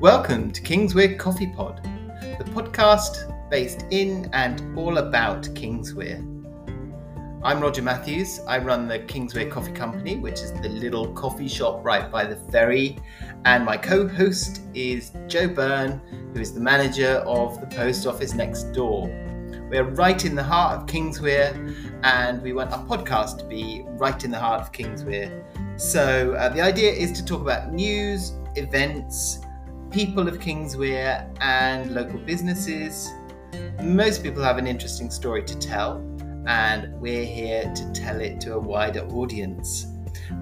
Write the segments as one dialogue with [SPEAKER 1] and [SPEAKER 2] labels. [SPEAKER 1] Welcome to Kingswear Coffee Pod, the podcast based in and all about Kingswear. I'm Roger Matthews. I run the Kingswear Coffee Company, which is the little coffee shop right by the ferry. And my co host is Joe Byrne, who is the manager of the post office next door. We're right in the heart of Kingswear, and we want our podcast to be right in the heart of Kingswear. So, uh, the idea is to talk about news, events, people of Kingswear, and local businesses. Most people have an interesting story to tell, and we're here to tell it to a wider audience.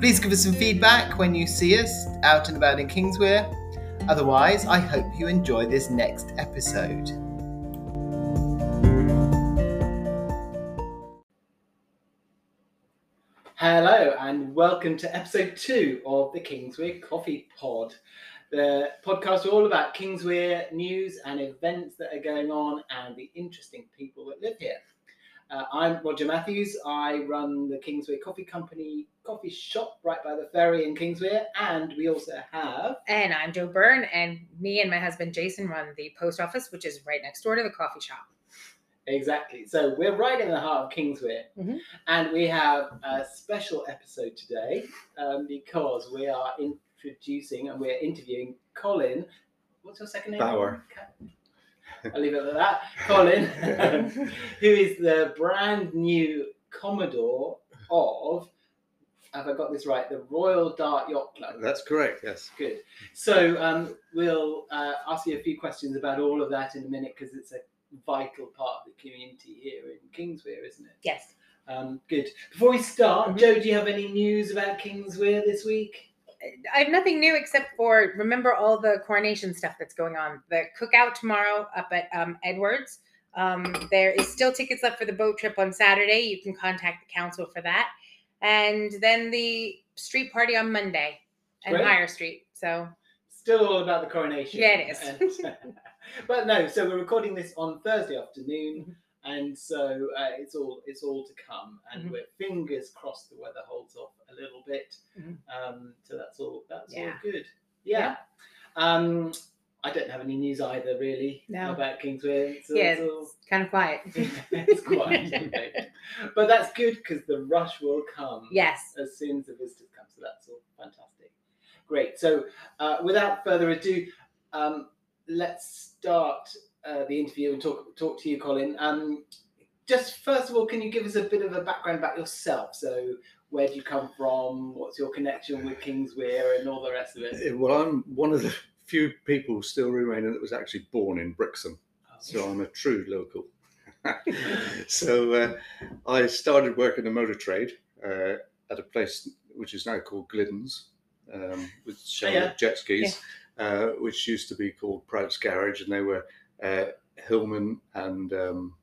[SPEAKER 1] Please give us some feedback when you see us out and about in Kingswear. Otherwise, I hope you enjoy this next episode. Hello, and welcome to episode two of the Kingswear Coffee Pod, the podcast all about Kingswear news and events that are going on and the interesting people that live here. Uh, I'm Roger Matthews. I run the Kingswear Coffee Company coffee shop right by the ferry in Kingswear, and we also have
[SPEAKER 2] And I'm Joe Byrne, and me and my husband Jason run the post office, which is right next door to the coffee shop.
[SPEAKER 1] Exactly. So we're right in the heart of Kingswear,
[SPEAKER 2] Mhm.
[SPEAKER 1] and we have a special episode today um, because we are introducing and we're interviewing Colin. What's your second name?
[SPEAKER 3] Bauer.
[SPEAKER 1] Ca- I'll leave it at that. Colin, who is the brand new Commodore of, have I got this right? The Royal Dart Yacht Club.
[SPEAKER 3] That's correct, yes.
[SPEAKER 1] Good. So um, we'll uh, ask you a few questions about all of that in a minute because it's a vital part of the community here in Kingswear, isn't it?
[SPEAKER 2] Yes.
[SPEAKER 1] Um, good. Before we start,
[SPEAKER 2] Mhm.
[SPEAKER 1] Joe, do you have any news about Kingswear this week?
[SPEAKER 2] I have nothing new except for remember all the coronation stuff that's going on. The cookout tomorrow up at um, Edwards. Um, there is still tickets left for the boat trip on Saturday. You can contact the council for that. And then the street party on Monday at
[SPEAKER 1] Great.
[SPEAKER 2] Higher Street. So
[SPEAKER 1] Still all about the coronation.
[SPEAKER 2] Yeah, it
[SPEAKER 1] is. but no, so we're recording this on Thursday afternoon.
[SPEAKER 2] Mm-hmm.
[SPEAKER 1] And so uh, it's all it's all to come, and
[SPEAKER 2] Mhm.
[SPEAKER 1] we're fingers crossed the weather holds off a little bit.
[SPEAKER 2] Mhm.
[SPEAKER 1] Um, so that's all that's all
[SPEAKER 2] Yeah.
[SPEAKER 1] good. Yeah. Um, I don't have any news either, really,
[SPEAKER 2] No.
[SPEAKER 1] about Kingsway. So
[SPEAKER 2] yeah,
[SPEAKER 1] it's, all,
[SPEAKER 2] it's kind of quiet.
[SPEAKER 1] it's quiet, isn't it? but that's good because the rush will come
[SPEAKER 2] yes.
[SPEAKER 1] as soon as the visitors come. So that's all fantastic. Great. So uh, without further ado, um, let's start uh, the interview and talk talk to you, Colin. Um, just first of all, can you give us a bit of a background about yourself? So where do you come from? What's your connection with Kingswear and all the rest of it?
[SPEAKER 3] Eh, Well, I'm one of the few people still remaining that was actually born in Brixham, so I'm a true local. so uh, I started working the motor trade uh, at a place which is now called Glidden's, um, with Shell
[SPEAKER 1] yeah.
[SPEAKER 3] jet skis, uh, which used to be called Pratt's Garage, and they were uh, Hillman and um,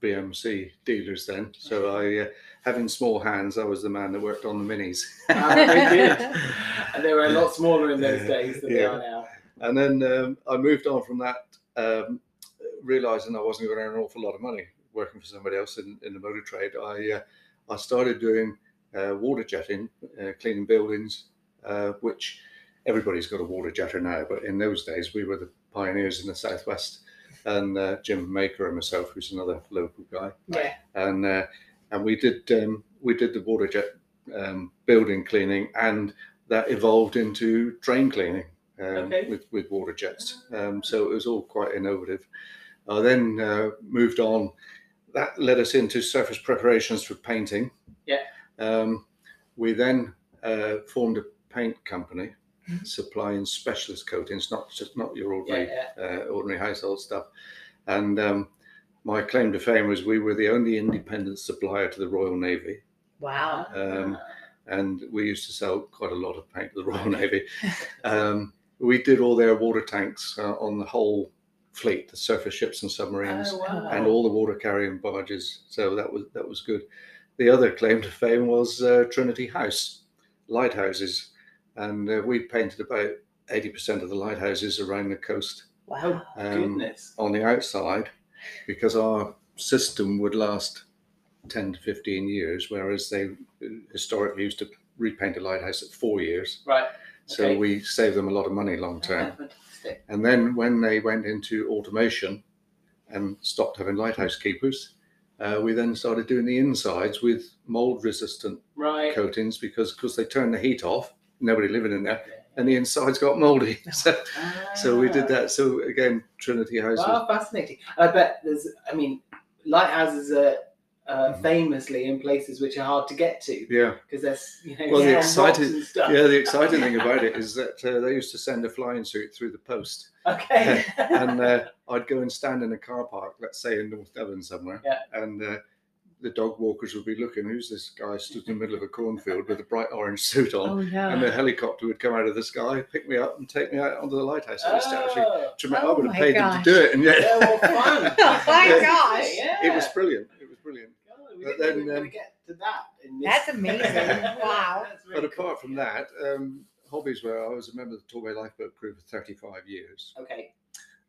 [SPEAKER 3] BMC dealers then. So I, uh, having small hands, I was the man that worked on the minis.
[SPEAKER 4] Oh,
[SPEAKER 1] Ah, very good. and they were a lot smaller in those days than they
[SPEAKER 3] Yeah.
[SPEAKER 1] are now.
[SPEAKER 3] And then um, I moved on from that, um, realizing I wasn't going to earn an awful lot of money working for somebody else in, in the motor trade. I uh, I started doing uh, water jetting, uh, cleaning buildings, uh, which everybody's got a water jetter now, but in those days we were the pioneers in the southwest. And uh, Jim Maker and myself, who's another local guy,
[SPEAKER 2] Yeah.
[SPEAKER 3] and uh, and we did um, we did the water jet um, building cleaning, and that evolved into drain cleaning um,
[SPEAKER 1] Okay.
[SPEAKER 3] with with water jets. Um, so it was all quite innovative. I then uh, moved on. That led us into surface preparations for painting.
[SPEAKER 1] Yeah.
[SPEAKER 3] Um, we then uh, formed a paint company
[SPEAKER 1] Mm-hmm.
[SPEAKER 3] supplying specialist coatings, not just not your
[SPEAKER 1] Yeah,
[SPEAKER 3] ordinary
[SPEAKER 1] yeah.
[SPEAKER 3] uh, ordinary household stuff. And um, my claim to fame was we were the only independent supplier to the Royal Navy,
[SPEAKER 4] Uh,
[SPEAKER 1] Ah.
[SPEAKER 2] Wow.
[SPEAKER 3] Um, and we used to sell quite a lot of paint to the Royal Navy. Um, we did all their water tanks uh, on the whole fleet, the surface ships and submarines,
[SPEAKER 1] Oh, wow.
[SPEAKER 3] and all the water carrying barges. So that was that was good. The other claim to fame was uh, Trinity House lighthouses, and uh, we painted about eighty percent of the lighthouses around the coast
[SPEAKER 1] Oh,
[SPEAKER 2] Wow.
[SPEAKER 3] um,
[SPEAKER 1] goodness.
[SPEAKER 3] on the outside because our system would last 10 to 15 years, whereas they historically used to repaint a lighthouse at four years.
[SPEAKER 1] Right.
[SPEAKER 3] So
[SPEAKER 4] Okay. Uh-huh.
[SPEAKER 3] we uh, saved them a lot of money long term.
[SPEAKER 4] Fantastic.
[SPEAKER 3] And then when they went into automation and stopped having lighthouse keepers, uh, we then started doing the insides with mold resistant
[SPEAKER 4] Right.
[SPEAKER 3] coatings because because they turned the heat off, nobody living in there, and the insides got moldy. So, so we did
[SPEAKER 4] Ah.
[SPEAKER 3] that. So again, Trinity House was
[SPEAKER 4] Wow, Ah, fascinating. I bet there's, I mean, lighthouses are uh,
[SPEAKER 3] Mhm.
[SPEAKER 4] famously in places which are hard to get to
[SPEAKER 3] yeah.
[SPEAKER 4] because there's, you know,
[SPEAKER 3] Well, the
[SPEAKER 4] yeah, rocks
[SPEAKER 3] exciting-
[SPEAKER 4] and stuff.
[SPEAKER 3] Yeah, the exciting thing about it is that uh, they used to send a flying suit through the post,
[SPEAKER 4] Okay.
[SPEAKER 3] and uh, I'd go and stand in a car park, let's say in North Devon somewhere,
[SPEAKER 4] Yeah.
[SPEAKER 3] and uh, the dog walkers would be looking, who's this guy stood in the middle of a cornfield with a bright orange suit on?
[SPEAKER 4] oh, no.
[SPEAKER 3] And the helicopter would come out of the sky, pick me up, and take me out onto the lighthouse. It was actually
[SPEAKER 4] Oh.
[SPEAKER 3] traumatic.
[SPEAKER 2] Oh
[SPEAKER 3] I would have
[SPEAKER 2] my
[SPEAKER 3] paid them
[SPEAKER 2] gosh.
[SPEAKER 3] to do it, and yet
[SPEAKER 4] Yeah, well, fun.
[SPEAKER 2] Oh my
[SPEAKER 4] Yeah.
[SPEAKER 2] gosh.
[SPEAKER 4] Yeah.
[SPEAKER 3] it was brilliant. It was brilliant.
[SPEAKER 4] God, we
[SPEAKER 3] But
[SPEAKER 4] didn't think we
[SPEAKER 3] then,
[SPEAKER 4] were gonna
[SPEAKER 3] um,
[SPEAKER 4] get to that in this.
[SPEAKER 2] That's amazing. Wow.
[SPEAKER 4] That's really
[SPEAKER 3] But
[SPEAKER 4] cool.
[SPEAKER 3] apart from that, um, hobbies were I was a member of the Torbay Lifeboat Crew for 35 years.
[SPEAKER 4] Okay.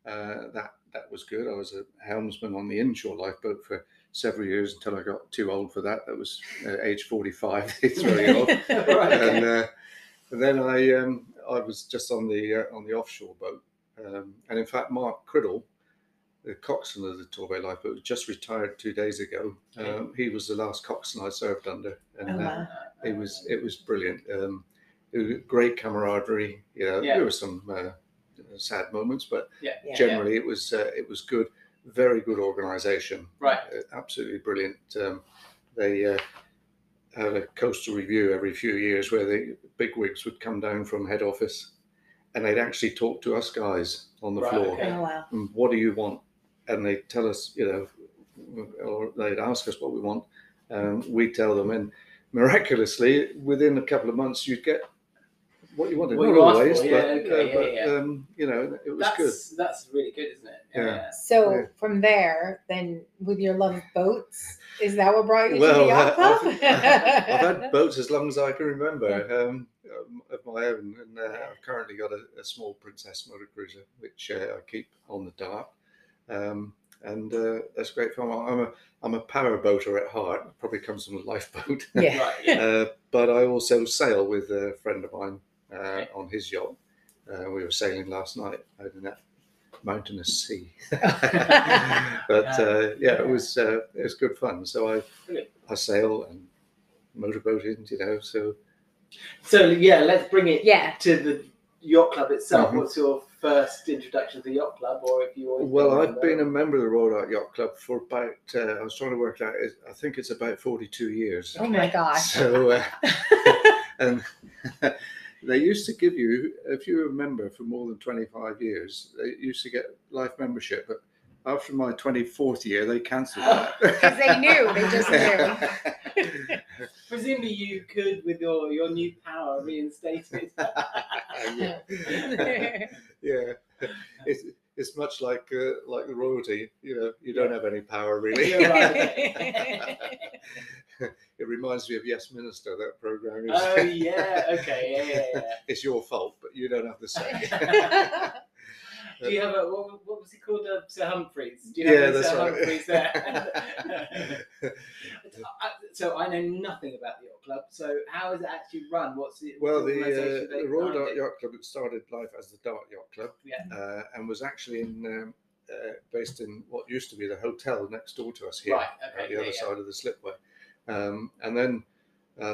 [SPEAKER 3] Uh, that that was good. I was a helmsman on the inshore lifeboat for several years until I got too old for that. That was uh, age 45. it's very old.
[SPEAKER 4] Right. okay.
[SPEAKER 3] And, uh, and then I um, I was just on the uh, on the offshore boat, um, and in fact Mark Criddle, the coxswain of the Torbay lifeboat, was just retired two days ago. Um, he was the last coxswain I served under, and
[SPEAKER 2] Oh,
[SPEAKER 3] uh,
[SPEAKER 2] wow.
[SPEAKER 3] it was it was brilliant. Um, it was great camaraderie. You know,
[SPEAKER 4] Yeah.
[SPEAKER 3] there were some uh, sad moments, but
[SPEAKER 4] Yeah.
[SPEAKER 2] Yeah.
[SPEAKER 3] generally it was uh, it was good. Very good organisation.
[SPEAKER 4] Right.
[SPEAKER 3] Uh, absolutely brilliant. Um, they uh, had a coastal review every few years where the big wigs would come down from head office, and they'd actually talk to us guys on the
[SPEAKER 4] Right,
[SPEAKER 3] floor.
[SPEAKER 4] okay.
[SPEAKER 2] Oh wow.
[SPEAKER 3] And what do you want? And they tell us, you know, or they'd ask us what we want. Um, we tell them, and miraculously, within a couple of months, you'd get what you wanted.
[SPEAKER 4] What
[SPEAKER 3] Not
[SPEAKER 4] you asked for,
[SPEAKER 3] always,
[SPEAKER 4] yeah,
[SPEAKER 3] but,
[SPEAKER 4] okay,
[SPEAKER 3] uh, but
[SPEAKER 4] yeah,
[SPEAKER 3] Um, you know, it was
[SPEAKER 4] That's
[SPEAKER 3] good.
[SPEAKER 4] that's really good, isn't it?
[SPEAKER 3] Yeah.
[SPEAKER 2] So
[SPEAKER 3] Yeah.
[SPEAKER 2] from there, then with your love of boats, is that what brought you to
[SPEAKER 3] Well,
[SPEAKER 2] the yacht
[SPEAKER 3] uh,
[SPEAKER 2] club?
[SPEAKER 3] I've- I've had boats as long as I can remember um, um, of my own, and uh, I've currently got a, a small Princess motor cruiser which uh, I keep on the dark, um, and uh, that's great fun. I'm a I'm a power boater at heart. It probably comes from a lifeboat,
[SPEAKER 2] yeah.
[SPEAKER 4] Right. Yeah.
[SPEAKER 3] uh, but I also sail with a friend of mine uh,
[SPEAKER 4] Okay.
[SPEAKER 3] on his yacht. Uh, we were sailing last night out in that mountainous sea. but uh, yeah, it was uh, it was good fun. So I
[SPEAKER 4] Brilliant.
[SPEAKER 3] I sail and motorboating, you know. So
[SPEAKER 4] So yeah, let's bring it
[SPEAKER 2] Yeah.
[SPEAKER 4] to the yacht club itself.
[SPEAKER 3] Mhm.
[SPEAKER 4] What's your first introduction to the yacht club, or if you always
[SPEAKER 3] well, I've been a member of the Royal Art Yacht Club for about uh, I was trying to work it out. it- I think it's about forty two years.
[SPEAKER 2] Oh my gosh.
[SPEAKER 3] So uh, and they used to give you if you were a member for more than twenty five years, they used to get life membership, but. After my 24th year, they cancelled that.
[SPEAKER 2] Because they knew, they just
[SPEAKER 3] knew.
[SPEAKER 4] Presumably, you could with your your new power reinstated.
[SPEAKER 3] yeah it's it's much like uh, like the royalty you know you don't have any power really
[SPEAKER 4] You're right.
[SPEAKER 3] it reminds me of yes minister that program is
[SPEAKER 4] oh yeah. Okay. Yeah. yeah, yeah.
[SPEAKER 3] it's your fault but you don't have the say
[SPEAKER 4] Do you have a what, wa- what was he called? Uh, Sir Humphreys. Do you have
[SPEAKER 3] Yeah,
[SPEAKER 4] a
[SPEAKER 3] that's
[SPEAKER 4] Sir
[SPEAKER 3] right.
[SPEAKER 4] Humphreys there? I- so I know nothing about the yacht club. So how is it actually run? What's the
[SPEAKER 3] well
[SPEAKER 4] what's
[SPEAKER 3] the,
[SPEAKER 4] organisation
[SPEAKER 3] uh,
[SPEAKER 4] they
[SPEAKER 3] the royal
[SPEAKER 4] behind
[SPEAKER 3] dart
[SPEAKER 4] it?
[SPEAKER 3] yacht club it started life as the dart yacht club
[SPEAKER 4] Yeah.
[SPEAKER 3] uh, and was actually in um, uh, based in what used to be the hotel next door to us here
[SPEAKER 4] Right.
[SPEAKER 3] at
[SPEAKER 4] Okay.
[SPEAKER 3] the other
[SPEAKER 4] yeah,
[SPEAKER 3] side of the slipway. Um, and then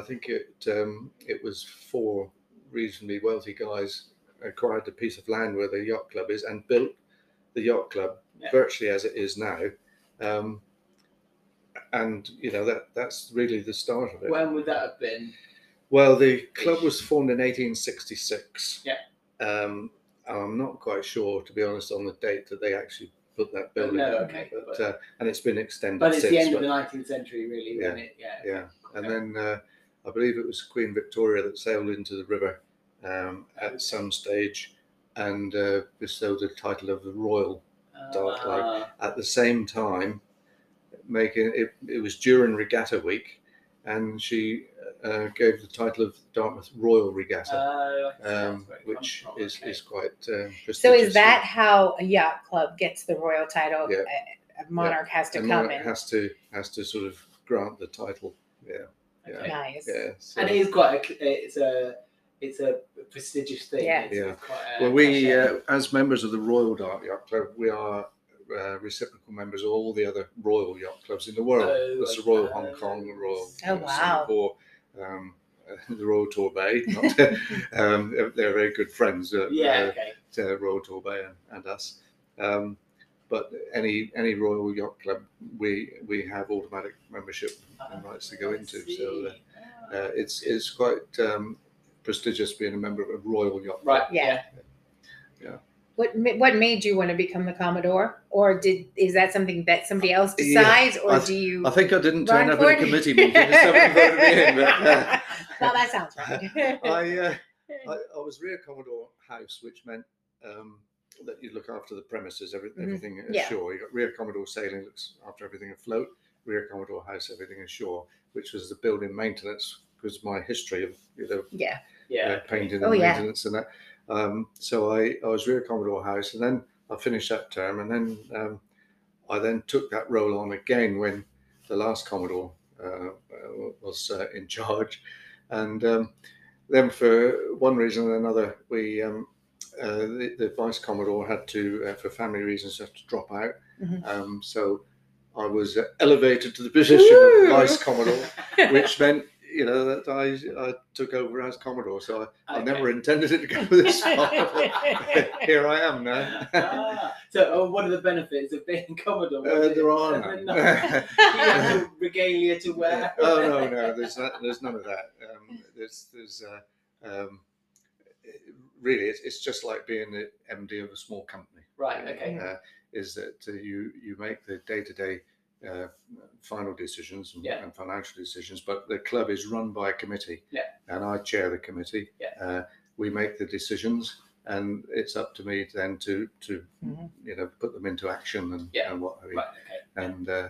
[SPEAKER 3] I think it um, it was four reasonably wealthy guys acquired the piece of land where the yacht club is and built the yacht club
[SPEAKER 4] Yeah.
[SPEAKER 3] virtually as it is now. Um, and you know that that's really the start of
[SPEAKER 4] yeah.
[SPEAKER 3] it.
[SPEAKER 4] When would that have been?
[SPEAKER 3] Well, the club was formed in 1866.
[SPEAKER 4] Yeah.
[SPEAKER 3] Um, I'm not quite sure, to be honest, on the date that they actually put that building
[SPEAKER 4] No,
[SPEAKER 3] up.
[SPEAKER 4] okay,
[SPEAKER 3] But,
[SPEAKER 4] but-
[SPEAKER 3] uh, and it's been extended
[SPEAKER 4] But it's
[SPEAKER 3] since.
[SPEAKER 4] the end
[SPEAKER 3] but-
[SPEAKER 4] of the 19th century, really, wasn't it? Yeah.
[SPEAKER 3] yeah. And then uh, I believe it was Queen Victoria that sailed into the river um, at some stage and uh, bestowed the title of the Royal Dark
[SPEAKER 4] Ah,
[SPEAKER 3] at the same time, making it, it was during Regatta Week, and she uh, gave the title of Dartmouth Royal Regatta,
[SPEAKER 4] oh, I see, that's
[SPEAKER 3] um,
[SPEAKER 4] where it comes
[SPEAKER 3] which
[SPEAKER 4] from,
[SPEAKER 3] is,
[SPEAKER 4] okay.
[SPEAKER 3] is quite uh, prestigious.
[SPEAKER 2] so is that how a yacht club gets the royal title?
[SPEAKER 3] Yeah.
[SPEAKER 2] A, a monarch has to
[SPEAKER 3] And
[SPEAKER 2] come
[SPEAKER 3] Monarch
[SPEAKER 2] in.
[SPEAKER 3] has to has to sort of grant the title. Yeah,
[SPEAKER 4] Okay.
[SPEAKER 2] Nice.
[SPEAKER 3] yeah. So,
[SPEAKER 4] And it is quite a, cl- it's a it's a prestigious thing.
[SPEAKER 2] Yeah.
[SPEAKER 4] It's,
[SPEAKER 3] Yeah.
[SPEAKER 4] It's quite a
[SPEAKER 3] Well, we,
[SPEAKER 4] cachet.
[SPEAKER 3] uh, as members of the Royal Yacht Yacht Club, we are uh, reciprocal members of all the other Royal Yacht Clubs in the world.
[SPEAKER 4] Oh,
[SPEAKER 3] That's the Royal
[SPEAKER 4] okay.
[SPEAKER 3] Hong Kong, the Royal
[SPEAKER 2] Oh,
[SPEAKER 3] uh,
[SPEAKER 2] wow.
[SPEAKER 3] Singapore, um, the Royal Torbay. Not, um, they're, they're very good friends. Uh,
[SPEAKER 4] yeah.
[SPEAKER 3] uh,
[SPEAKER 4] okay.
[SPEAKER 3] to Royal Torbay and, and us. Um, but any any Royal Yacht Club, we we have automatic membership and rights to go
[SPEAKER 4] I
[SPEAKER 3] into.
[SPEAKER 4] see.
[SPEAKER 3] So uh,
[SPEAKER 4] Ah.
[SPEAKER 3] uh, it's it's quite um, prestigious being a member of a Royal Yacht. Club.
[SPEAKER 4] right.
[SPEAKER 2] Yeah.
[SPEAKER 4] Yeah.
[SPEAKER 2] What ma- what made you want to become the Commodore, or did is that something that somebody else
[SPEAKER 3] Yeah,
[SPEAKER 2] decides, or
[SPEAKER 3] I
[SPEAKER 2] do you?
[SPEAKER 3] I think I didn't
[SPEAKER 2] Run
[SPEAKER 3] turn up
[SPEAKER 2] for
[SPEAKER 3] at a
[SPEAKER 2] it.
[SPEAKER 3] committee meeting. Somebody voted me in, but, uh,
[SPEAKER 2] well, that sounds right.
[SPEAKER 3] I, uh, I, I was rear Commodore House, which meant um, that you look after the premises, every,
[SPEAKER 2] Mhm.
[SPEAKER 3] everything
[SPEAKER 2] Yeah.
[SPEAKER 3] ashore. You got rear Commodore Sailing looks after everything afloat, rear Commodore House, everything ashore, which was the building maintenance because my history of you know
[SPEAKER 2] yeah.
[SPEAKER 4] Yeah.
[SPEAKER 3] uh, painting and
[SPEAKER 2] Oh, yeah.
[SPEAKER 3] maintenance and that. Um, so I, I was rear Commodore House, and then I finished that term, and then um, I then took that role on again when the last Commodore uh, uh, was uh, in charge, and um, then for one reason or another, we um, uh, the, the vice commodore had to, uh, for family reasons, had to drop out.
[SPEAKER 2] Mhm.
[SPEAKER 3] Um, so I was uh, elevated to the position
[SPEAKER 2] Ooh.
[SPEAKER 3] of vice commodore which meant you know that I, I took over as Commodore. So I, I never intended it to go this far. but Here I am now. uh,
[SPEAKER 4] Ah, so, uh, what are the benefits of being Commodore? What is it?
[SPEAKER 3] there are
[SPEAKER 4] Is there
[SPEAKER 3] none.
[SPEAKER 4] nothing? Do you have no regalia to wear?
[SPEAKER 3] oh no, no, there's not, there's none of that. Um, there's there's uh, um, really it's, it's just like being the MD of a small company.
[SPEAKER 4] Right. Okay.
[SPEAKER 3] Uh, is that uh, you you make the day to day final decisions and,
[SPEAKER 4] Yeah.
[SPEAKER 3] and financial decisions, but the club is run by a committee.
[SPEAKER 4] Yeah.
[SPEAKER 3] And I chair the committee.
[SPEAKER 4] Yeah.
[SPEAKER 3] Uh, we make the decisions, and it's up to me then to to
[SPEAKER 2] Mhm.
[SPEAKER 3] you know put them into action and
[SPEAKER 4] Yeah.
[SPEAKER 3] and what have you.
[SPEAKER 4] Right. Okay.
[SPEAKER 3] and. Uh,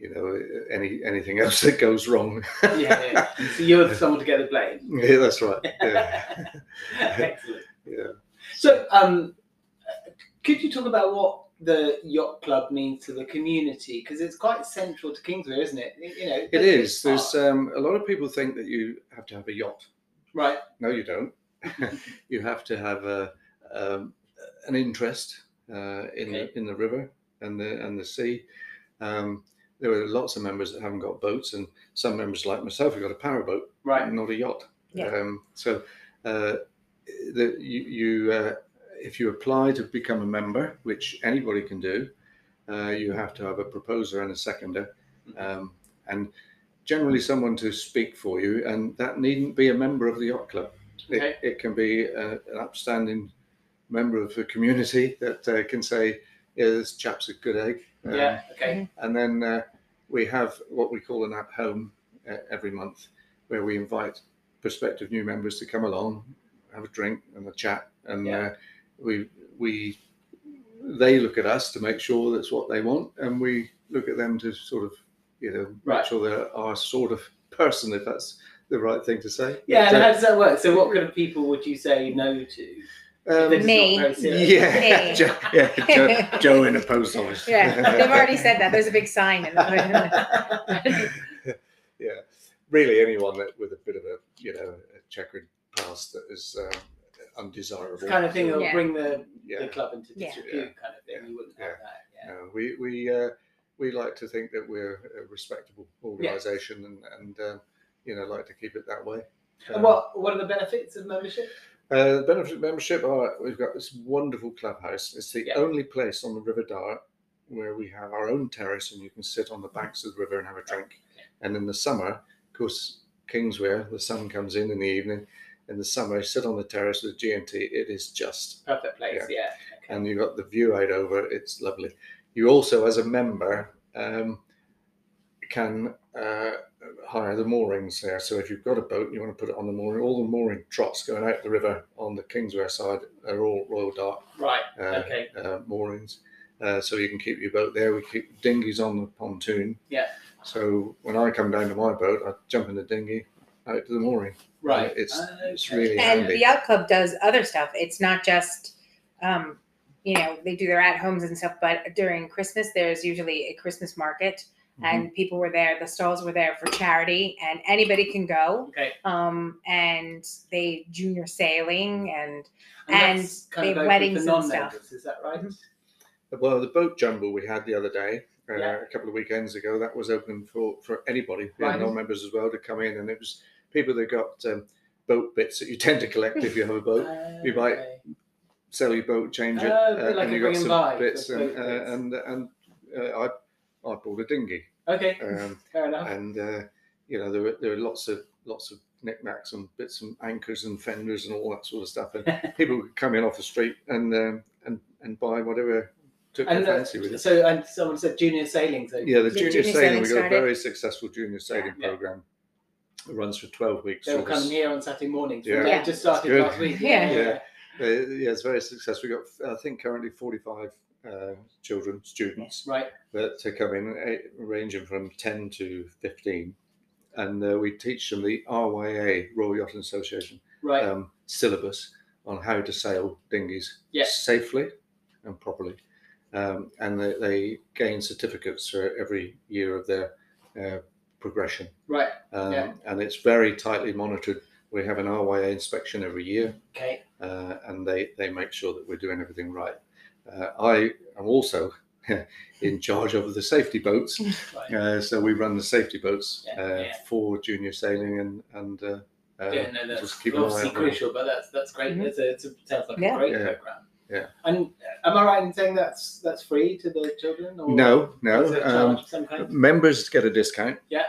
[SPEAKER 3] you know, any anything else that goes wrong.
[SPEAKER 4] Yeah, yeah, So you're someone to get the blame.
[SPEAKER 3] Yeah, that's right. Yeah.
[SPEAKER 4] Excellent.
[SPEAKER 3] Yeah.
[SPEAKER 4] So, um, uh, could you talk about what the yacht club means to the community? Because it's quite central to Kingsway, isn't it? You know,
[SPEAKER 3] It is.
[SPEAKER 4] it's
[SPEAKER 3] There's
[SPEAKER 4] part.
[SPEAKER 3] um, a lot of people think that you have to have a yacht
[SPEAKER 4] right.
[SPEAKER 3] No, you don't. you have to have a, um, an interest uh, in
[SPEAKER 4] Okay.
[SPEAKER 3] the, in the river and the and the sea. Um, there are lots of members that haven't got boats, and some members like myself have got a powerboat,
[SPEAKER 4] Right.
[SPEAKER 3] not a yacht.
[SPEAKER 2] Yeah.
[SPEAKER 3] Um, so, uh, the, you, you uh, if you apply to become a member, which anybody can do, uh, you have to have a proposer and a seconder,
[SPEAKER 4] Mm-hmm.
[SPEAKER 3] um, and generally someone to speak for you, and that needn't be a member of the yacht club. It,
[SPEAKER 4] Okay.
[SPEAKER 3] it can be a, an upstanding member of the community that uh, can say, "Yeah, this chap's a good egg." Um,
[SPEAKER 4] Yeah. Okay.
[SPEAKER 2] Mm-hmm.
[SPEAKER 3] and then uh, we have what we call an app home uh, every month, where we invite prospective new members to come along, have a drink and a chat, and
[SPEAKER 4] Yeah.
[SPEAKER 3] uh, we we they look at us to make sure that's what they want, and we look at them to sort of you know make
[SPEAKER 4] Right.
[SPEAKER 3] sure they're our sort of person, if that's the right thing to say.
[SPEAKER 4] Yeah. And
[SPEAKER 3] But,
[SPEAKER 4] how does that work? So, what kind of people would you say no to? If
[SPEAKER 3] uh,
[SPEAKER 4] they're
[SPEAKER 3] um,
[SPEAKER 4] just not
[SPEAKER 2] Me.
[SPEAKER 4] very serious?
[SPEAKER 3] yeah,
[SPEAKER 2] Hey.
[SPEAKER 3] Joe, yeah, Joe, Joe in the post office.
[SPEAKER 2] Yeah, they've already said that. There's a big sign. In the
[SPEAKER 3] yeah, really, anyone that with a bit of a you know a checkered past that is um, undesirable.
[SPEAKER 4] It's the kind of thing that will
[SPEAKER 2] Yeah.
[SPEAKER 4] bring the,
[SPEAKER 3] yeah,
[SPEAKER 4] the club into
[SPEAKER 2] Yeah.
[SPEAKER 4] disrepute,
[SPEAKER 3] Yeah.
[SPEAKER 4] kind of thing. You wouldn't have that. Yeah.
[SPEAKER 3] no, we we uh, we like to think that we're a respectable organisation and and um, you know like to keep it that way.
[SPEAKER 4] And what what are the benefits of membership?
[SPEAKER 3] Uh, the benefit of membership are we've got this wonderful clubhouse. It's the
[SPEAKER 4] Yeah.
[SPEAKER 3] only place on the River Dart where we have our own terrace and you can sit on the banks of the river and have a drink. And in the summer, of course, Kingswear, the sun comes in in the evening. In the summer, sit on the terrace with GMT. It is just,
[SPEAKER 4] Perfect place.
[SPEAKER 3] Yeah.
[SPEAKER 4] Yeah. Okay.
[SPEAKER 3] and you've got the view out over. It's lovely. You also, as a member, um, can uh, hire the moorings there. So if you've got a boat and you want to put it on the mooring, all the mooring trots going out the river on the Kingswear side are all Royal Dart
[SPEAKER 4] right.
[SPEAKER 3] uh,
[SPEAKER 4] Okay.
[SPEAKER 3] uh, moorings. Uh, so you can keep your boat there. We keep dinghies on the pontoon.
[SPEAKER 4] Yeah.
[SPEAKER 3] So when I come down to my boat, I jump in the dinghy out to the mooring.
[SPEAKER 4] Right.
[SPEAKER 3] it's- it's
[SPEAKER 4] Okay.
[SPEAKER 3] really
[SPEAKER 2] and
[SPEAKER 3] handy.
[SPEAKER 2] the Yacht Club does other stuff. It's not just, um, you know, they do their at homes and stuff. But during Christmas, there's usually a Christmas market
[SPEAKER 3] Mm-hmm.
[SPEAKER 2] and people were there. The stalls were there for charity, and anybody can go.
[SPEAKER 4] Okay.
[SPEAKER 2] Um, and they junior sailing, and And
[SPEAKER 4] that's
[SPEAKER 2] they
[SPEAKER 4] open
[SPEAKER 2] weddings
[SPEAKER 4] for
[SPEAKER 2] and stuff.
[SPEAKER 4] non-members, Is that right?
[SPEAKER 3] Well, the boat jumble we had the other day, uh,
[SPEAKER 4] Yeah.
[SPEAKER 3] a couple of weekends ago, that was open for, for anybody, yeah,
[SPEAKER 4] Right.
[SPEAKER 3] non-members as well, to come in, and it was people that got um, boat bits that you tend to collect if you have a boat. You Oh, might
[SPEAKER 4] Okay.
[SPEAKER 3] Sell your boat, change it,
[SPEAKER 4] Oh, a bit
[SPEAKER 3] uh,
[SPEAKER 4] like
[SPEAKER 3] and
[SPEAKER 4] a
[SPEAKER 3] you got
[SPEAKER 4] bring and
[SPEAKER 3] some
[SPEAKER 4] buy,
[SPEAKER 3] bits,
[SPEAKER 4] the
[SPEAKER 3] and,
[SPEAKER 4] boat
[SPEAKER 3] uh,
[SPEAKER 4] bits.
[SPEAKER 3] and and uh, I I bought a dinghy,
[SPEAKER 4] Okay,
[SPEAKER 3] um,
[SPEAKER 4] fair enough.
[SPEAKER 3] and uh, you know there were there were lots of lots of knickknacks and bits and anchors and fenders and all that sort of stuff, and people could come in off the street and um, and and buy whatever took their
[SPEAKER 4] And uh,
[SPEAKER 3] fancy with it.
[SPEAKER 4] so, and someone said junior sailing. So
[SPEAKER 3] Yeah, the
[SPEAKER 2] The
[SPEAKER 3] junior,
[SPEAKER 2] junior
[SPEAKER 3] sailing,
[SPEAKER 2] sailing
[SPEAKER 3] we've got a
[SPEAKER 2] started.
[SPEAKER 3] very successful junior sailing
[SPEAKER 4] Yeah.
[SPEAKER 3] program. It runs for 12 weeks.
[SPEAKER 4] they were
[SPEAKER 3] so it's-
[SPEAKER 4] coming here on Saturday mornings.
[SPEAKER 3] Yeah.
[SPEAKER 4] They
[SPEAKER 2] Yeah.
[SPEAKER 4] just started
[SPEAKER 3] Good.
[SPEAKER 4] last week.
[SPEAKER 2] Yeah.
[SPEAKER 3] Yeah. uh, yeah, it's very successful. We've got, I think, currently 45 uh, children, students,
[SPEAKER 4] Right.
[SPEAKER 3] that uh, come in, eh, ranging from 10 to 15. And uh, we teach them the RYA, Royal Yachting Association,
[SPEAKER 4] Right.
[SPEAKER 3] um, syllabus on how to sail dinghies
[SPEAKER 4] Yeah.
[SPEAKER 3] safely and properly. Um, and they, they gain certificates for every year of their uh, progression.
[SPEAKER 4] right.
[SPEAKER 3] Um,
[SPEAKER 4] Yeah.
[SPEAKER 3] And it's very tightly monitored. We have an RYA inspection every year,
[SPEAKER 4] Okay.
[SPEAKER 3] uh, and they, they make sure that we're doing everything right. Uh, I am also in charge of the safety boats,
[SPEAKER 4] Right.
[SPEAKER 3] uh, so we run the safety boats
[SPEAKER 4] Yeah,
[SPEAKER 3] uh,
[SPEAKER 4] yeah.
[SPEAKER 3] for junior sailing and and uh, uh,
[SPEAKER 4] yeah, no, that's
[SPEAKER 3] just keep an eye
[SPEAKER 4] obviously
[SPEAKER 3] on them.
[SPEAKER 4] crucial, but that's that's great.
[SPEAKER 2] Mhm.
[SPEAKER 4] It's a, it's a, sounds like a
[SPEAKER 2] Yeah.
[SPEAKER 4] great
[SPEAKER 3] Yeah.
[SPEAKER 4] program.
[SPEAKER 3] Yeah.
[SPEAKER 4] And uh, am I right in saying that's that's free to the children? Or
[SPEAKER 3] No, no.
[SPEAKER 4] Is it a
[SPEAKER 3] um,
[SPEAKER 4] charge of some kind?
[SPEAKER 3] Members get a discount.
[SPEAKER 4] Yeah.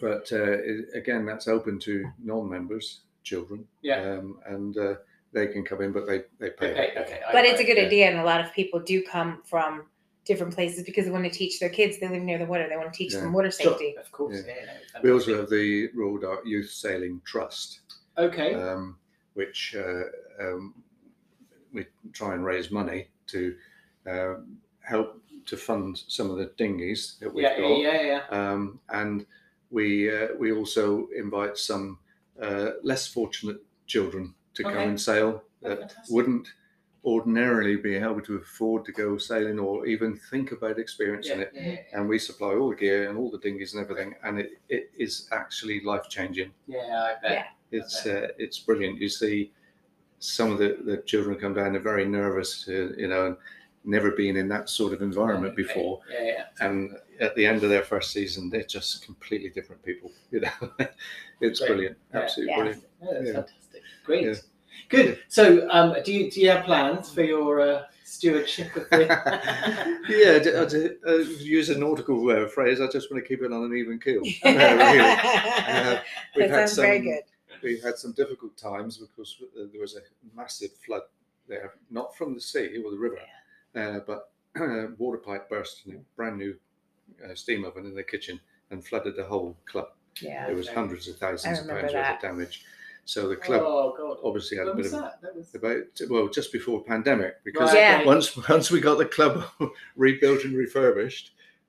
[SPEAKER 3] But uh, i- again, that's open to non-members, children.
[SPEAKER 4] Yeah.
[SPEAKER 3] Um, and uh, they can come in, but they they pay.
[SPEAKER 4] Okay. Okay. I-
[SPEAKER 2] but it's a
[SPEAKER 4] I-
[SPEAKER 2] good
[SPEAKER 3] yeah.
[SPEAKER 2] idea, and a lot of people do come from different places because they want to teach their kids. They live near the water. They want to teach
[SPEAKER 3] Yeah.
[SPEAKER 2] them water
[SPEAKER 4] Sure,
[SPEAKER 2] safety.
[SPEAKER 4] Of course.
[SPEAKER 3] Yeah.
[SPEAKER 4] Yeah. yeah, yeah,
[SPEAKER 3] We also have the Royal Dark Youth Sailing Trust,
[SPEAKER 4] Okay.
[SPEAKER 3] um, which uh, um, we try and raise money to um, help to fund some of the dinghies that we've
[SPEAKER 4] yeah,
[SPEAKER 3] got.
[SPEAKER 4] yeah, yeah, yeah.
[SPEAKER 3] um, and we uh, we also invite some uh, less fortunate children to come
[SPEAKER 4] Okay.
[SPEAKER 3] and sail
[SPEAKER 4] Oh,
[SPEAKER 3] that
[SPEAKER 4] fantastic.
[SPEAKER 3] wouldn't ordinarily be able to afford to go sailing or even think about experiencing
[SPEAKER 4] Yeah,
[SPEAKER 3] it.
[SPEAKER 4] yeah, yeah, yeah.
[SPEAKER 3] And we supply all the gear and all the dinghies and everything, and it, it is actually life changing.
[SPEAKER 4] Yeah, I bet.
[SPEAKER 3] It's uh, it's brilliant. You see, some of the, the children come down, they're very nervous, uh, you know, and never been in that sort of environment
[SPEAKER 4] Okay.
[SPEAKER 3] before
[SPEAKER 4] Yeah, yeah.
[SPEAKER 3] and at the end of their first season, they're just completely different people. You know, it's
[SPEAKER 4] Great.
[SPEAKER 3] brilliant,
[SPEAKER 4] Yeah.
[SPEAKER 3] absolutely
[SPEAKER 2] Yeah.
[SPEAKER 3] brilliant.
[SPEAKER 4] No, that's
[SPEAKER 3] Yeah.
[SPEAKER 4] fantastic. Great.
[SPEAKER 3] Yeah.
[SPEAKER 4] Good. So, um, do you do you have plans for your uh, stewardship of the?
[SPEAKER 3] yeah, to, uh, to uh, use a nautical uh, phrase, I just want to keep it on an even keel. No, really. Uh,
[SPEAKER 2] that sounds very good.
[SPEAKER 3] we had some difficult times because uh, there was a massive flood there, not from the sea or the river, uh, but a water pipe burst and a brand new uh, steam oven in the kitchen and flooded the whole club.
[SPEAKER 2] Yeah.
[SPEAKER 3] It was
[SPEAKER 4] Okay.
[SPEAKER 3] hundreds of thousands of
[SPEAKER 2] remember
[SPEAKER 3] pounds worth of
[SPEAKER 2] that.
[SPEAKER 3] damage. So the club
[SPEAKER 4] oh God.
[SPEAKER 3] obviously had a
[SPEAKER 4] When
[SPEAKER 3] bit
[SPEAKER 4] was
[SPEAKER 3] of
[SPEAKER 4] that? That was.
[SPEAKER 3] about well just before pandemic because
[SPEAKER 2] Right. Yeah.
[SPEAKER 4] okay.
[SPEAKER 3] once once we got the club rebuilt and refurbished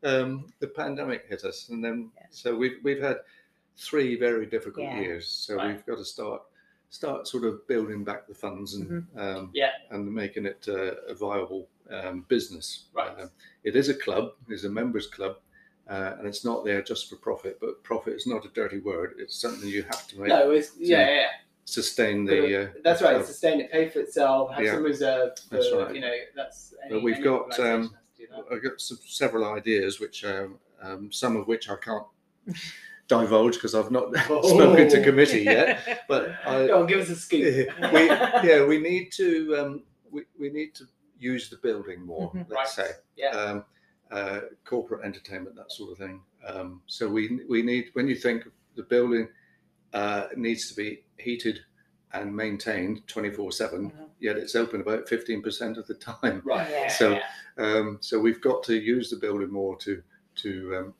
[SPEAKER 3] um the pandemic hit us and then
[SPEAKER 2] Yeah.
[SPEAKER 3] so we've we've had three very difficult
[SPEAKER 2] Yeah.
[SPEAKER 3] years so
[SPEAKER 4] Right.
[SPEAKER 3] we've got to start start sort of building back the funds and
[SPEAKER 2] Mm-hmm.
[SPEAKER 3] um
[SPEAKER 4] Yeah.
[SPEAKER 3] and making it uh, a viable um, business
[SPEAKER 4] Right.
[SPEAKER 3] Um, it is a club it's a members club uh, and it's not there just for profit but profit is not a dirty word it's something you have to make
[SPEAKER 4] No, it's yeah, yeah, yeah.
[SPEAKER 3] sustain
[SPEAKER 4] But
[SPEAKER 3] the uh,
[SPEAKER 4] That's
[SPEAKER 3] the
[SPEAKER 4] right.
[SPEAKER 3] club.
[SPEAKER 4] Sustain it, pay for itself, have
[SPEAKER 3] Yeah.
[SPEAKER 4] some reserve. For,
[SPEAKER 3] That's right.
[SPEAKER 4] You know, that's. Any,
[SPEAKER 3] But we've
[SPEAKER 4] any
[SPEAKER 3] got,
[SPEAKER 4] organisation
[SPEAKER 3] um,
[SPEAKER 4] has to do that.
[SPEAKER 3] I've got some, several ideas, which um, um, some of which I can't divulge because I've not spoken to
[SPEAKER 4] Oh.
[SPEAKER 3] committee yet. But I,
[SPEAKER 4] Go on, give us a scoop.
[SPEAKER 3] we, yeah, we need to um, we, we need to use the building more.
[SPEAKER 2] Mhm.
[SPEAKER 3] Let's
[SPEAKER 4] Right.
[SPEAKER 3] say
[SPEAKER 4] Yeah.
[SPEAKER 3] um, uh, corporate entertainment, that sort of thing. Um, so we we need when you think the building uh, needs to be heated and maintained twenty four seven,
[SPEAKER 2] Mhm.
[SPEAKER 3] yet it's open about fifteen percent of the time.
[SPEAKER 4] Right.
[SPEAKER 2] Yeah.
[SPEAKER 3] So-
[SPEAKER 4] yeah.
[SPEAKER 3] Um, so we've got to use the building more to to um,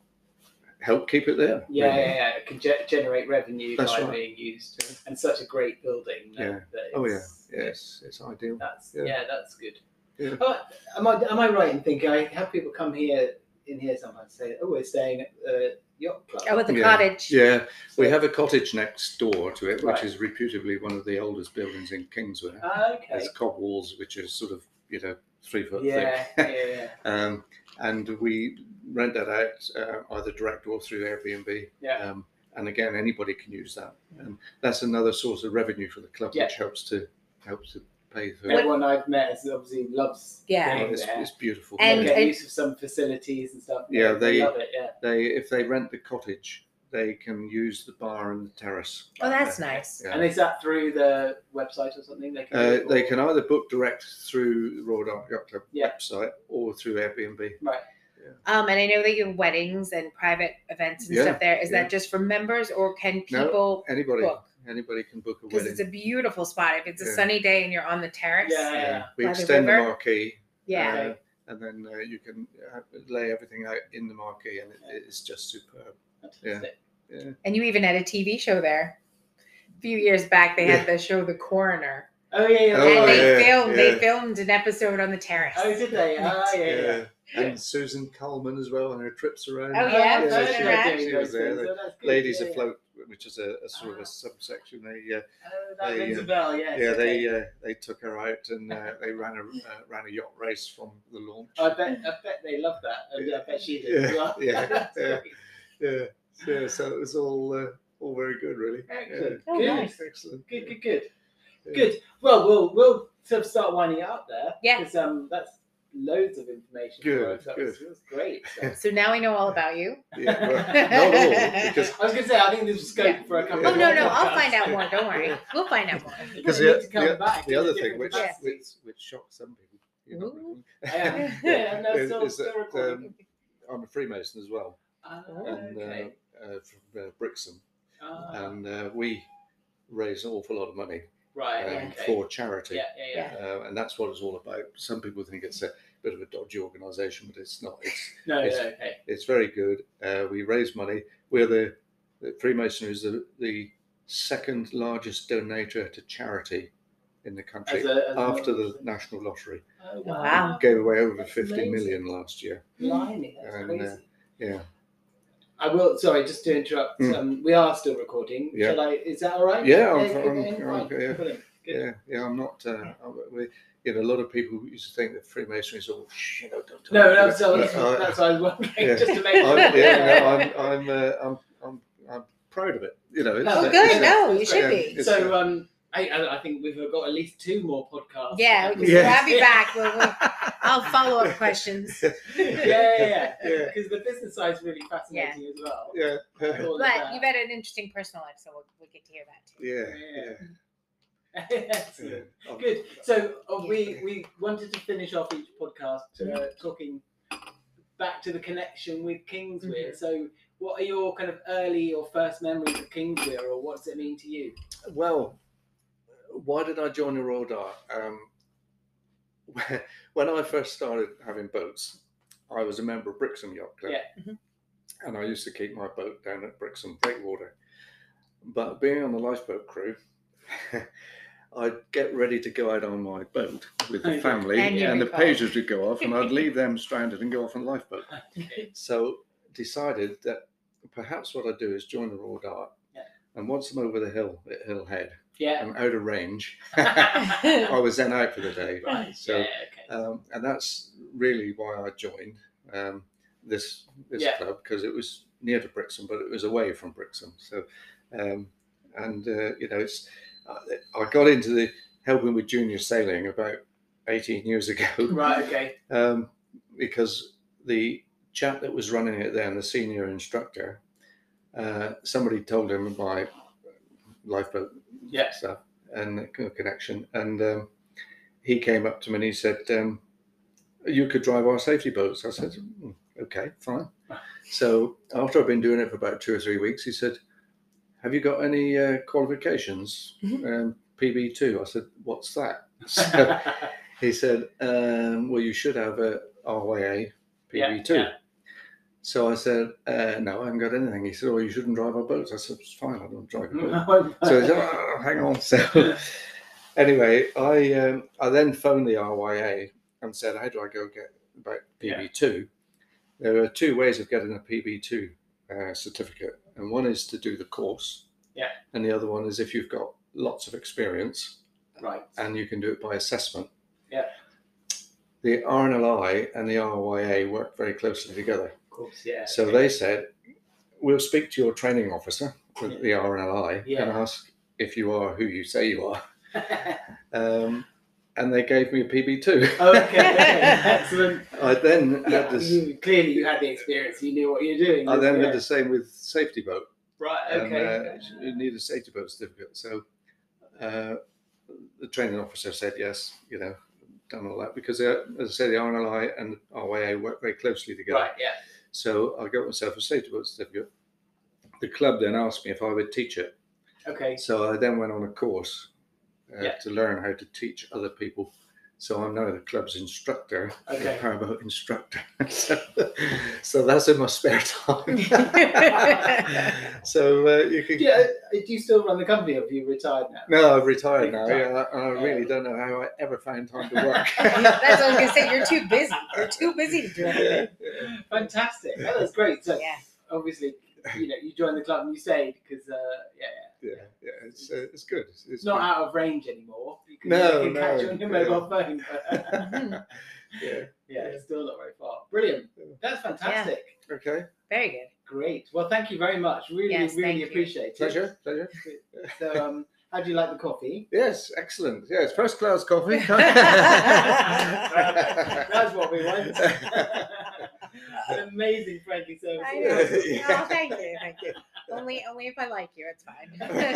[SPEAKER 3] help keep it there.
[SPEAKER 4] Yeah,
[SPEAKER 3] really.
[SPEAKER 4] yeah, yeah. It can ge- generate revenue
[SPEAKER 3] That's
[SPEAKER 4] by
[SPEAKER 3] right.
[SPEAKER 4] being used, and such a great building. that-
[SPEAKER 3] Yeah.
[SPEAKER 4] that
[SPEAKER 3] Oh,
[SPEAKER 4] it's-
[SPEAKER 3] Yes, it's ideal.
[SPEAKER 4] That's
[SPEAKER 3] Yeah.
[SPEAKER 4] yeah, that's good.
[SPEAKER 3] Yeah.
[SPEAKER 4] Oh, am I am I right in thinking I have people come here in here sometimes say, oh, we're staying at the yacht club.
[SPEAKER 2] Oh, with the
[SPEAKER 3] Yeah.
[SPEAKER 2] cottage.
[SPEAKER 3] Yeah,
[SPEAKER 4] So-
[SPEAKER 3] we have a cottage next door to it, which
[SPEAKER 4] Right.
[SPEAKER 3] is reputably one of the oldest buildings in Kingsway.
[SPEAKER 4] Ah, okay.
[SPEAKER 3] It's cob walls, which are sort of you know three foot
[SPEAKER 4] Yeah, yeah,
[SPEAKER 3] thick,
[SPEAKER 4] yeah.
[SPEAKER 3] um, and we rent that out uh, either direct or through Airbnb.
[SPEAKER 4] Yeah.
[SPEAKER 3] Um, and again, anybody can use that. Um, that's another source of revenue for the club,
[SPEAKER 4] Yeah.
[SPEAKER 3] which helps to helps to pay for. it.
[SPEAKER 4] Everyone I've met is obviously loves
[SPEAKER 2] Yeah.
[SPEAKER 4] being
[SPEAKER 3] It's,
[SPEAKER 4] there.
[SPEAKER 3] it's beautiful.
[SPEAKER 2] And-
[SPEAKER 3] Yeah.
[SPEAKER 4] Get use of some facilities and stuff.
[SPEAKER 3] Yeah, they-
[SPEAKER 4] love it. Yeah,
[SPEAKER 3] they if they rent the cottage, they can use the bar and the terrace. Uh,
[SPEAKER 2] Oh, that's nice.
[SPEAKER 3] Yeah.
[SPEAKER 4] and is that through the website or something? They can.
[SPEAKER 3] Uh,
[SPEAKER 4] do it
[SPEAKER 3] they
[SPEAKER 4] or-
[SPEAKER 3] can either book direct through the Royal Dark Yacht Club
[SPEAKER 4] Yeah.
[SPEAKER 3] website or through Airbnb.
[SPEAKER 4] Right.
[SPEAKER 2] Um, and I know that you have weddings and private events and
[SPEAKER 3] Yeah,
[SPEAKER 2] stuff there. Is
[SPEAKER 3] yeah.
[SPEAKER 2] that just for members or can
[SPEAKER 3] No,
[SPEAKER 2] people
[SPEAKER 3] Anybody,
[SPEAKER 2] book?
[SPEAKER 3] anybody can book a
[SPEAKER 2] Because
[SPEAKER 3] wedding.
[SPEAKER 2] it's a beautiful spot. If it's a
[SPEAKER 3] Yeah.
[SPEAKER 2] sunny day and you're on the terrace,
[SPEAKER 4] Yeah.
[SPEAKER 3] We
[SPEAKER 2] By the
[SPEAKER 3] extend the,
[SPEAKER 2] river?
[SPEAKER 3] marquee.
[SPEAKER 2] yeah.
[SPEAKER 3] uh, and then uh, you can uh, lay everything out in the marquee, and it,
[SPEAKER 4] Yeah.
[SPEAKER 3] it's just superb.
[SPEAKER 4] That's
[SPEAKER 3] yeah.
[SPEAKER 4] it.
[SPEAKER 2] And you even had a TV show there. A few years back, they had the show The Coroner,
[SPEAKER 4] Oh yeah, yeah.
[SPEAKER 3] Oh,
[SPEAKER 2] and they
[SPEAKER 3] yeah,
[SPEAKER 2] filmed
[SPEAKER 3] yeah.
[SPEAKER 2] they filmed an episode on the terrace.
[SPEAKER 4] Oh, did they? Ah, yeah, yeah.
[SPEAKER 3] And Susan Coleman as well, and her trips around.
[SPEAKER 2] Oh, yeah,
[SPEAKER 3] Yeah,
[SPEAKER 4] those
[SPEAKER 3] she-
[SPEAKER 4] are
[SPEAKER 2] right.
[SPEAKER 4] doing
[SPEAKER 3] she
[SPEAKER 4] those
[SPEAKER 3] was there,
[SPEAKER 4] things.
[SPEAKER 3] the
[SPEAKER 4] Oh, that's good.
[SPEAKER 3] Ladies
[SPEAKER 4] Yeah, yeah.
[SPEAKER 3] afloat, which is a, a sort of
[SPEAKER 2] Uh-huh.
[SPEAKER 4] Ah.
[SPEAKER 3] a subsection. They, uh,
[SPEAKER 4] Oh, that
[SPEAKER 3] They,
[SPEAKER 4] rings
[SPEAKER 3] uh,
[SPEAKER 4] a bell. Yeah.
[SPEAKER 3] yeah,
[SPEAKER 4] okay.
[SPEAKER 3] they uh, they took her out and uh, they ran a uh, ran a yacht race from the launch.
[SPEAKER 4] I bet. I bet they love that. and I bet she did as
[SPEAKER 3] uh,
[SPEAKER 4] well.
[SPEAKER 3] Yeah, yeah,
[SPEAKER 4] That's
[SPEAKER 3] yeah.
[SPEAKER 4] great.
[SPEAKER 3] yeah, yeah. So it was all uh, all very good, really.
[SPEAKER 4] Excellent.
[SPEAKER 2] Oh,
[SPEAKER 4] Good.
[SPEAKER 2] nice.
[SPEAKER 3] Excellent.
[SPEAKER 4] Good, good, good,
[SPEAKER 3] Yeah.
[SPEAKER 4] good. Well, we'll we'll sort of start winding up there.
[SPEAKER 2] Yeah.
[SPEAKER 4] Because um, that's loads of information. for
[SPEAKER 3] Good,
[SPEAKER 4] us. That was,
[SPEAKER 3] good.
[SPEAKER 4] that was great. So-
[SPEAKER 2] So now I know all about you.
[SPEAKER 3] Yeah, well, not all because
[SPEAKER 4] I was going to say, I think there's scope
[SPEAKER 2] Yeah.
[SPEAKER 4] for a couple.
[SPEAKER 3] Yeah.
[SPEAKER 2] Oh no, no,
[SPEAKER 4] more
[SPEAKER 2] I'll
[SPEAKER 4] podcasts.
[SPEAKER 2] find out more. Don't worry, we'll find out more.
[SPEAKER 4] You
[SPEAKER 3] Because
[SPEAKER 4] need
[SPEAKER 3] the-
[SPEAKER 4] to come back
[SPEAKER 3] the
[SPEAKER 4] in a
[SPEAKER 3] other thing,
[SPEAKER 4] different
[SPEAKER 3] which,
[SPEAKER 2] Yeah.
[SPEAKER 4] capacity.
[SPEAKER 3] which which shocked some people, you know,
[SPEAKER 2] Ooh.
[SPEAKER 4] I am. Yeah, no,
[SPEAKER 3] is-
[SPEAKER 4] still,
[SPEAKER 3] is
[SPEAKER 4] still
[SPEAKER 3] that, um,
[SPEAKER 4] recording.
[SPEAKER 3] I'm a Freemason as well,
[SPEAKER 4] Ah,
[SPEAKER 3] and
[SPEAKER 4] okay.
[SPEAKER 3] uh, uh, from uh, Brixham,
[SPEAKER 4] Ah,
[SPEAKER 3] and uh, we raise an awful lot of money um,
[SPEAKER 4] right. okay.
[SPEAKER 3] for charity,
[SPEAKER 4] Yeah, yeah, yeah.
[SPEAKER 3] uh, and that's what it's all about. Some people think it's a bit of a dodgy organisation, but it's not. It's
[SPEAKER 4] No, no,
[SPEAKER 3] It's-
[SPEAKER 4] okay.
[SPEAKER 3] it's very good. Uh, we raise money. We're the, the Freemasonry is the, the second largest donator to charity in the country
[SPEAKER 4] As a, as
[SPEAKER 3] after
[SPEAKER 4] a,
[SPEAKER 3] the National Lottery.
[SPEAKER 4] Oh,
[SPEAKER 2] Wow.
[SPEAKER 3] Gave away over
[SPEAKER 4] That's
[SPEAKER 3] fifty million
[SPEAKER 4] amazing.
[SPEAKER 3] last year.
[SPEAKER 4] Blimey, that's
[SPEAKER 3] And, uh,
[SPEAKER 4] crazy.
[SPEAKER 3] Yeah.
[SPEAKER 4] I will. Sorry, just to interrupt.
[SPEAKER 3] Mm.
[SPEAKER 4] Um, we are still recording.
[SPEAKER 3] Yeah.
[SPEAKER 4] Shall I? Is that all right?
[SPEAKER 3] Yeah, I'm-
[SPEAKER 4] good,
[SPEAKER 3] I'm-
[SPEAKER 4] then,
[SPEAKER 3] I'm-
[SPEAKER 4] fine,
[SPEAKER 3] yeah.
[SPEAKER 4] brilliant, good.
[SPEAKER 3] Yeah, yeah, I'm not. Uh, I- we, you know, a lot of people used to think that Freemasonry is all. "Shh, You know, don't talk
[SPEAKER 4] No,
[SPEAKER 3] about
[SPEAKER 4] that's,
[SPEAKER 3] it."
[SPEAKER 4] that's,
[SPEAKER 3] But I-
[SPEAKER 4] that's what I was wondering.
[SPEAKER 3] Uh, yeah.
[SPEAKER 4] Just to make sure.
[SPEAKER 3] I'm, yeah, no, I'm, I'm, uh, I'm, I'm, I'm proud of it. You know, it's,
[SPEAKER 4] Oh,
[SPEAKER 2] Oh,
[SPEAKER 3] it's
[SPEAKER 2] good.
[SPEAKER 3] a-
[SPEAKER 2] No, you should be.
[SPEAKER 3] It's
[SPEAKER 4] so um, I, I I think we've got at least two more podcasts.
[SPEAKER 2] Yeah, we can
[SPEAKER 3] Yeah.
[SPEAKER 2] grab you back. We'll, we'll, I'll follow up questions.
[SPEAKER 4] yeah, yeah,
[SPEAKER 3] Yeah.
[SPEAKER 4] Because the business side is really fascinating as well.
[SPEAKER 3] yeah, yeah,
[SPEAKER 4] All of
[SPEAKER 2] But
[SPEAKER 4] that.
[SPEAKER 2] you've had an interesting personal life, so we'll, we'll get to hear that too.
[SPEAKER 3] yeah, yeah.
[SPEAKER 4] Excellent.
[SPEAKER 3] I'm-
[SPEAKER 4] Good. So uh, we we wanted to finish off each podcast uh, talking back to the connection with Kingswear.
[SPEAKER 3] Mm-hmm.
[SPEAKER 4] So what are your kind of early or first memories of Kingswear, or what does it mean to you?
[SPEAKER 3] well, why did I join the Royal Dart? Um, when I first started having boats, I was a member of Brixham Yacht Club.
[SPEAKER 4] Yeah.
[SPEAKER 2] Mhm.
[SPEAKER 3] And I used to keep my boat down at Brixham Breakwater. But being on the lifeboat crew, I'd get ready to go out on my boat with the
[SPEAKER 4] Okay.
[SPEAKER 3] family,
[SPEAKER 2] And
[SPEAKER 3] and,
[SPEAKER 2] you'd
[SPEAKER 3] the
[SPEAKER 2] be fine.
[SPEAKER 3] pages would go off, and I'd leave them stranded and go off on the lifeboat.
[SPEAKER 4] Okay.
[SPEAKER 3] So decided that perhaps what I'd do is join the Royal Dart.
[SPEAKER 4] Yeah.
[SPEAKER 3] And once I'm over the hill at Hill Head,
[SPEAKER 4] Yeah.
[SPEAKER 3] I'm out of range. I
[SPEAKER 4] right.
[SPEAKER 3] was then out for the day. Oh, So,
[SPEAKER 4] yeah.
[SPEAKER 3] um, and that's really why I joined um, this this
[SPEAKER 4] Yeah.
[SPEAKER 3] club because it was near to Brixham, but it was away from Brixham. So, um, and uh, you know, it's I, I got into the helping with junior sailing about 18 years ago
[SPEAKER 4] Okay. Right. Okay.
[SPEAKER 3] um, because the chap that was running it then, the senior instructor, uh, somebody told him my lifeboat
[SPEAKER 4] Yeah.
[SPEAKER 3] stuff and co- connection, and um, he came up to me and he said, um, "You could drive our safety boats." I said, "Hmm, "Okay, fine." So after I've been doing it for about two or three weeks, he said, "Have you got any uh, qualifications?" Um, PB two. I said, "What's that?" So- he said, um, "Well, you should have a RYA
[SPEAKER 4] Yeah,
[SPEAKER 3] PB2."
[SPEAKER 4] yeah.
[SPEAKER 3] So I said, uh, "No, I haven't got anything." He said, "Well, you shouldn't drive our boats." I said, "It's fine, I don't drive a boat." so he said, "Oh, "Hang on." So anyway, I um, I then phoned the RYA and said, "How do I go get about PB2?" There are two ways of getting a PB2 uh, certificate, and one is to do the course,
[SPEAKER 4] Yeah.
[SPEAKER 3] and the other one is if you've got lots of experience
[SPEAKER 4] right.
[SPEAKER 3] and you can do it by assessment.
[SPEAKER 4] Yeah.
[SPEAKER 3] the RNLI and the RYA work very closely together.
[SPEAKER 4] Of course, yeah.
[SPEAKER 3] So they said, we'll speak to your training officer with the RNLI and
[SPEAKER 4] Yeah.
[SPEAKER 3] ask if you are who you say you are. Um, and they gave me a PB2.
[SPEAKER 4] Oh, okay, okay, excellent.
[SPEAKER 3] I then
[SPEAKER 4] Yeah,
[SPEAKER 3] had this.
[SPEAKER 4] you, clearly you had the experience. You knew what you were doing.
[SPEAKER 3] I then
[SPEAKER 4] yeah.
[SPEAKER 3] did the same with safety boat.
[SPEAKER 4] Right.
[SPEAKER 3] and
[SPEAKER 4] Okay.
[SPEAKER 3] uh, she needed a safety boat certificate. So uh, the training officer said yes, you know, done all that because uh, as I say, the RNLI and RYA work very closely together.
[SPEAKER 4] right. Yeah.
[SPEAKER 3] So I got myself a safety boat certificate. The club then asked me if I would teach it.
[SPEAKER 4] Okay.
[SPEAKER 3] So I then went on a course uh,
[SPEAKER 4] Yeah.
[SPEAKER 3] to learn how to teach other people. So I'm now the club's instructor,
[SPEAKER 4] Okay.
[SPEAKER 3] the powerboat instructor. so, so that's in my spare time. so uh, you could
[SPEAKER 4] Yeah. Do you still run the company, or have you retired now?
[SPEAKER 3] No, I've retired now.
[SPEAKER 4] Retired.
[SPEAKER 3] Yeah, and I really don't know how I ever found time to work.
[SPEAKER 2] That's what I was gonna say. You're too busy. You're too busy to do anything.
[SPEAKER 4] Fantastic. Oh, that's great. So
[SPEAKER 2] Yeah.
[SPEAKER 4] obviously, you know, you joined the club and you stayed because, uh, yeah, yeah,
[SPEAKER 3] yeah, yeah, it's, uh, it's good. It's,
[SPEAKER 4] it's not out of range anymore. You can,
[SPEAKER 3] No,
[SPEAKER 4] you can catch
[SPEAKER 3] no,
[SPEAKER 4] on your
[SPEAKER 3] yeah.
[SPEAKER 4] mobile phone. But, uh,
[SPEAKER 2] Mhm.
[SPEAKER 3] Yeah.
[SPEAKER 4] yeah, it's still not very far. Brilliant.
[SPEAKER 3] Yeah.
[SPEAKER 4] That's fantastic.
[SPEAKER 3] Okay.
[SPEAKER 2] Very good.
[SPEAKER 4] Great. Well, thank you very much. Really,
[SPEAKER 2] Yes, thank
[SPEAKER 4] really
[SPEAKER 2] you.
[SPEAKER 4] appreciate it.
[SPEAKER 3] Pleasure. Pleasure.
[SPEAKER 4] So, um, how do you like the coffee?
[SPEAKER 3] Yes. Excellent. Yes. First class coffee.
[SPEAKER 4] That's what we want. An amazing friendly service.
[SPEAKER 2] I know.
[SPEAKER 3] Yeah.
[SPEAKER 2] Oh, thank you, thank you. Only, only if I like you, it's fine.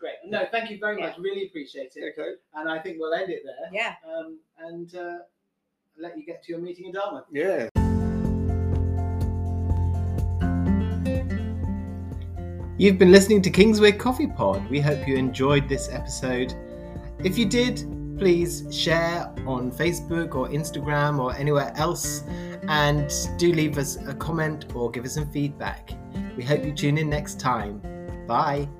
[SPEAKER 4] Great. No, thank you very
[SPEAKER 2] Yeah.
[SPEAKER 4] much. Really appreciate it.
[SPEAKER 3] okay.
[SPEAKER 4] And I think we'll end it there.
[SPEAKER 2] yeah.
[SPEAKER 4] um, and uh, let you get to your meeting in Darwin.
[SPEAKER 3] Yeah.
[SPEAKER 1] You've been listening to Kingsway Coffee Pod. We hope you enjoyed this episode. If you did, please share on Facebook or Instagram or anywhere else and do leave us a comment or give us some feedback. We hope you tune in next time. Bye.